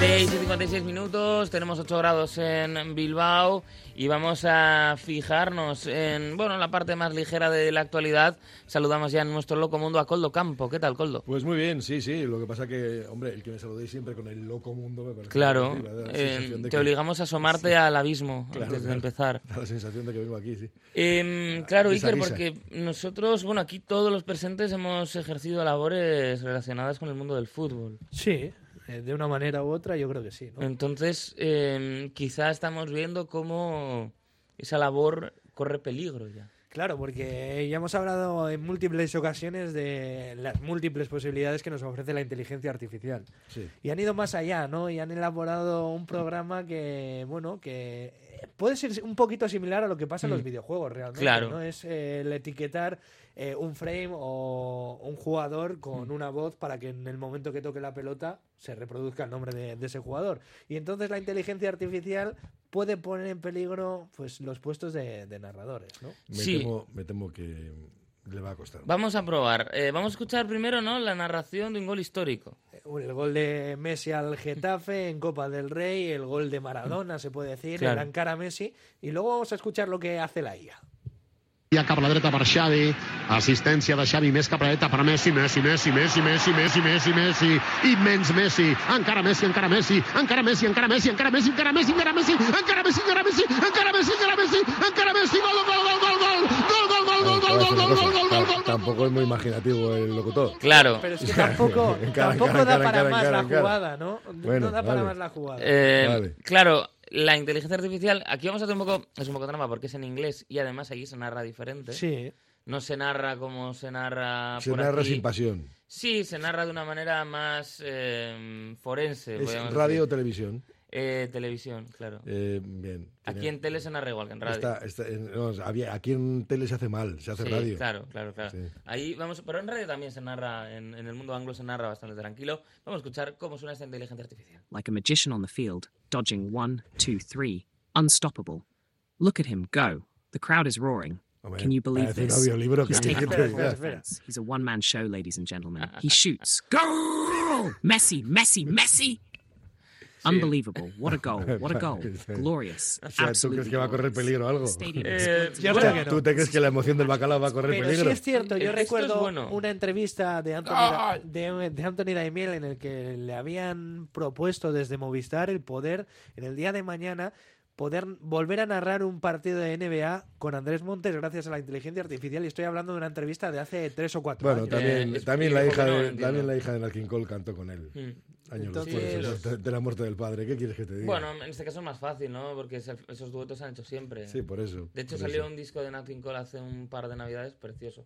56 minutos, tenemos 8 grados en Bilbao y vamos a fijarnos en bueno la parte más ligera de la actualidad. Saludamos ya en nuestro loco mundo a Coldo Campo. ¿Qué tal, Coldo? Pues muy bien, sí, sí. Lo que pasa que, hombre, el que me saludéis siempre con el loco mundo me parece. Claro, que me da la eh, sensación de te que- obligamos a asomarte Sí, al abismo claro, antes de claro. empezar. Da la sensación de que vengo aquí, sí. Em, claro, guisa, Iker, guisa. porque nosotros, bueno, aquí todos los presentes hemos ejercido labores relacionadas con el mundo del fútbol. Sí, eh, de una manera u otra yo creo que Oh. sí. ¿no? Entonces, em, quizá estamos viendo cómo esa labor corre peligro ya. Claro, porque ya hemos hablado en múltiples ocasiones de las múltiples posibilidades que nos ofrece la inteligencia artificial. sí. Y han ido más allá, ¿no? Y han elaborado un programa que, bueno, que puede ser un poquito similar a lo que pasa en los Mm. videojuegos realmente. Claro. ¿no? Es eh, el etiquetar eh, un frame o un jugador Mm. con una voz para que en el momento que toque la pelota se reproduzca el nombre de, de ese jugador. Y entonces la inteligencia artificial puede poner en peligro pues los puestos de, de narradores, ¿no? Me, Sí. Temo, me temo que le va a costar. Vamos a probar. Eh, vamos a escuchar primero, ¿no? La narración de un gol histórico. Eh, El gol de Messi al Getafe en Copa del Rey, el gol de Maradona, se puede decir, Claro. el arrancar a Messi. Y luego vamos a escuchar lo que hace la IA. Via cap a la dreta per Xavi, assistència de Xavi, més cap a la dreta per Messi, Messi, Messi, Messi, Messi, Messi, Messi, Messi, immens Messi, encara Messi, encara Messi, encara Messi, encara Messi, encara Messi, encara Messi, encara Messi, encara Messi, encara Messi, encara Messi, encara Messi, encara Messi, gol, gol, gol, gol, gol, gol, gol, gol, gol, Ahora, gol, ahora es gol, gol, una cosa. gol, gol, Ta- gol, gol, Tampoco es muy imaginativo el locutor. Claro. Pero es que tampoco, En cara, en tampoco cara, en da cara, para en más cara, la en cara. jugada, ¿no? No- Bueno, no da para vale. más la jugada. Eh, Vale. Claro, la inteligencia artificial. Aquí vamos a hacer un poco. Es un poco trampa porque es en inglés y además allí se narra diferente. sí. No se narra como se narra. Se Ah, por narra aquí. sin pasión. Sí, se narra de una manera más eh, forense. Es podríamos radio o decir. televisión. Eh, televisión, claro. Eh, bien. Aquí Tiene- en tele se narra igual que en radio. está- está- en- no, había- aquí en tele se hace mal, se hace Sí, radio. Claro, claro, claro. Sí. Ahí vamos, pero en radio también se narra, en, en el mundo anglo se narra bastante tranquilo. Vamos a escuchar cómo suena esta inteligencia artificial. like a magician on the field, dodging one, two, three, unstoppable. Look at him go. The crowd is roaring. Hombre, Can you believe parece un this? audiolibro que He's hay que taken te- on full defense. He's a one man show, ladies and gentlemen. He shoots. Goal! Messi, Messi, Messi! Unbelievable. What a goal. What a goal. Glorious. O sea, ¿tú crees uh, que va a correr peligro o algo? Stadium Eh, is filled to ya the verá top. que no. ¿Tú te crees que la emoción del bacalao va a correr Pero peligro? sí es cierto, yo El texto es recuerdo bueno. una entrevista de Anthony, de, de Anthony Daimiel en el que le habían propuesto desde Movistar el poder, en el día de mañana, poder volver a narrar un partido de NBA con Andrés Montes gracias a la inteligencia artificial. Y estoy hablando de una entrevista de hace tres o cuatro Bueno, años. también, Eh, es- también, y la dijo hija que no, de, entiendo. también la hija de Nalquín Cole cantó con él. Mm. Años Entonces- después de, de la muerte del padre. ¿Qué quieres que te diga? Bueno, en este caso es más fácil, ¿no? Porque se- esos duetos se han hecho siempre. sí, por eso. de hecho, por salió eso. un disco de Nat King Cole hace un par de navidades precioso,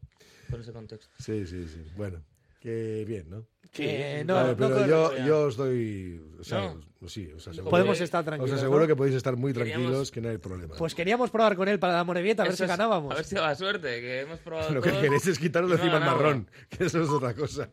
con ese contexto. Sí, sí, sí. Bueno, que bien, ¿no? Que no, Vale, no pero corre- yo, ya. yo os doy. O sea, No. os- sí, os aseguro, Podemos eh, estar tranquilos. os aseguro ¿no? que podéis estar muy Queríamos- tranquilos, que no hay problema. Pues queríamos probar con él para la Morevieta, a ver Eso si es- ganábamos. A ver si daba suerte, que hemos probado Lo que todo. queréis es quitarlo y de no encima el ganamos. marrón, que eso es otra cosa.